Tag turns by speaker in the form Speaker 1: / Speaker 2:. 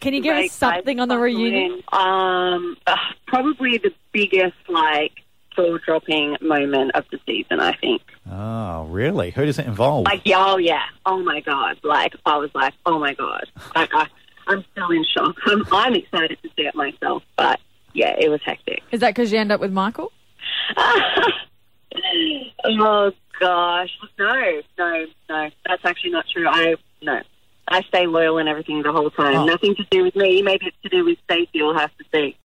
Speaker 1: Can you give us
Speaker 2: Great
Speaker 1: something on the
Speaker 2: place to
Speaker 1: reunion?
Speaker 2: learn. Um, ugh, probably the biggest like jaw dropping moment of the season, I think.
Speaker 3: Oh, really? Who does it involve?
Speaker 2: Like, yeah, oh yeah, oh my god! Like, I was like, oh my god! Like, I, I'm still in shock. I'm, I'm excited to see it myself, but yeah, it was hectic.
Speaker 1: Is that because you end up with Michael?
Speaker 2: Oh gosh, no, no, no. That's actually not true. I no. I stay loyal and everything the whole time.
Speaker 3: Oh.
Speaker 2: Nothing to do with me. Maybe it's to do with Stacey. We'll have to see.